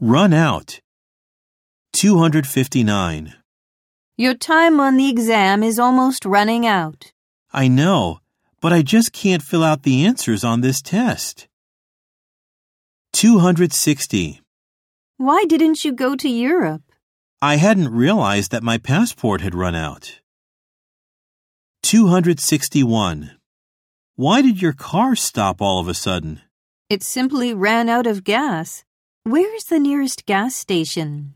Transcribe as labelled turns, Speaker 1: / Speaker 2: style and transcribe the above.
Speaker 1: Run out. 259.
Speaker 2: Your time on the exam is almost running out.
Speaker 1: I know, but I just can't fill out the answers on this test. 260.
Speaker 2: Why didn't you go to Europe?
Speaker 1: I hadn't realized that my passport had run out. 261. Why did your car stop all of a sudden?
Speaker 2: It simply ran out of gas. Where's the nearest gas station?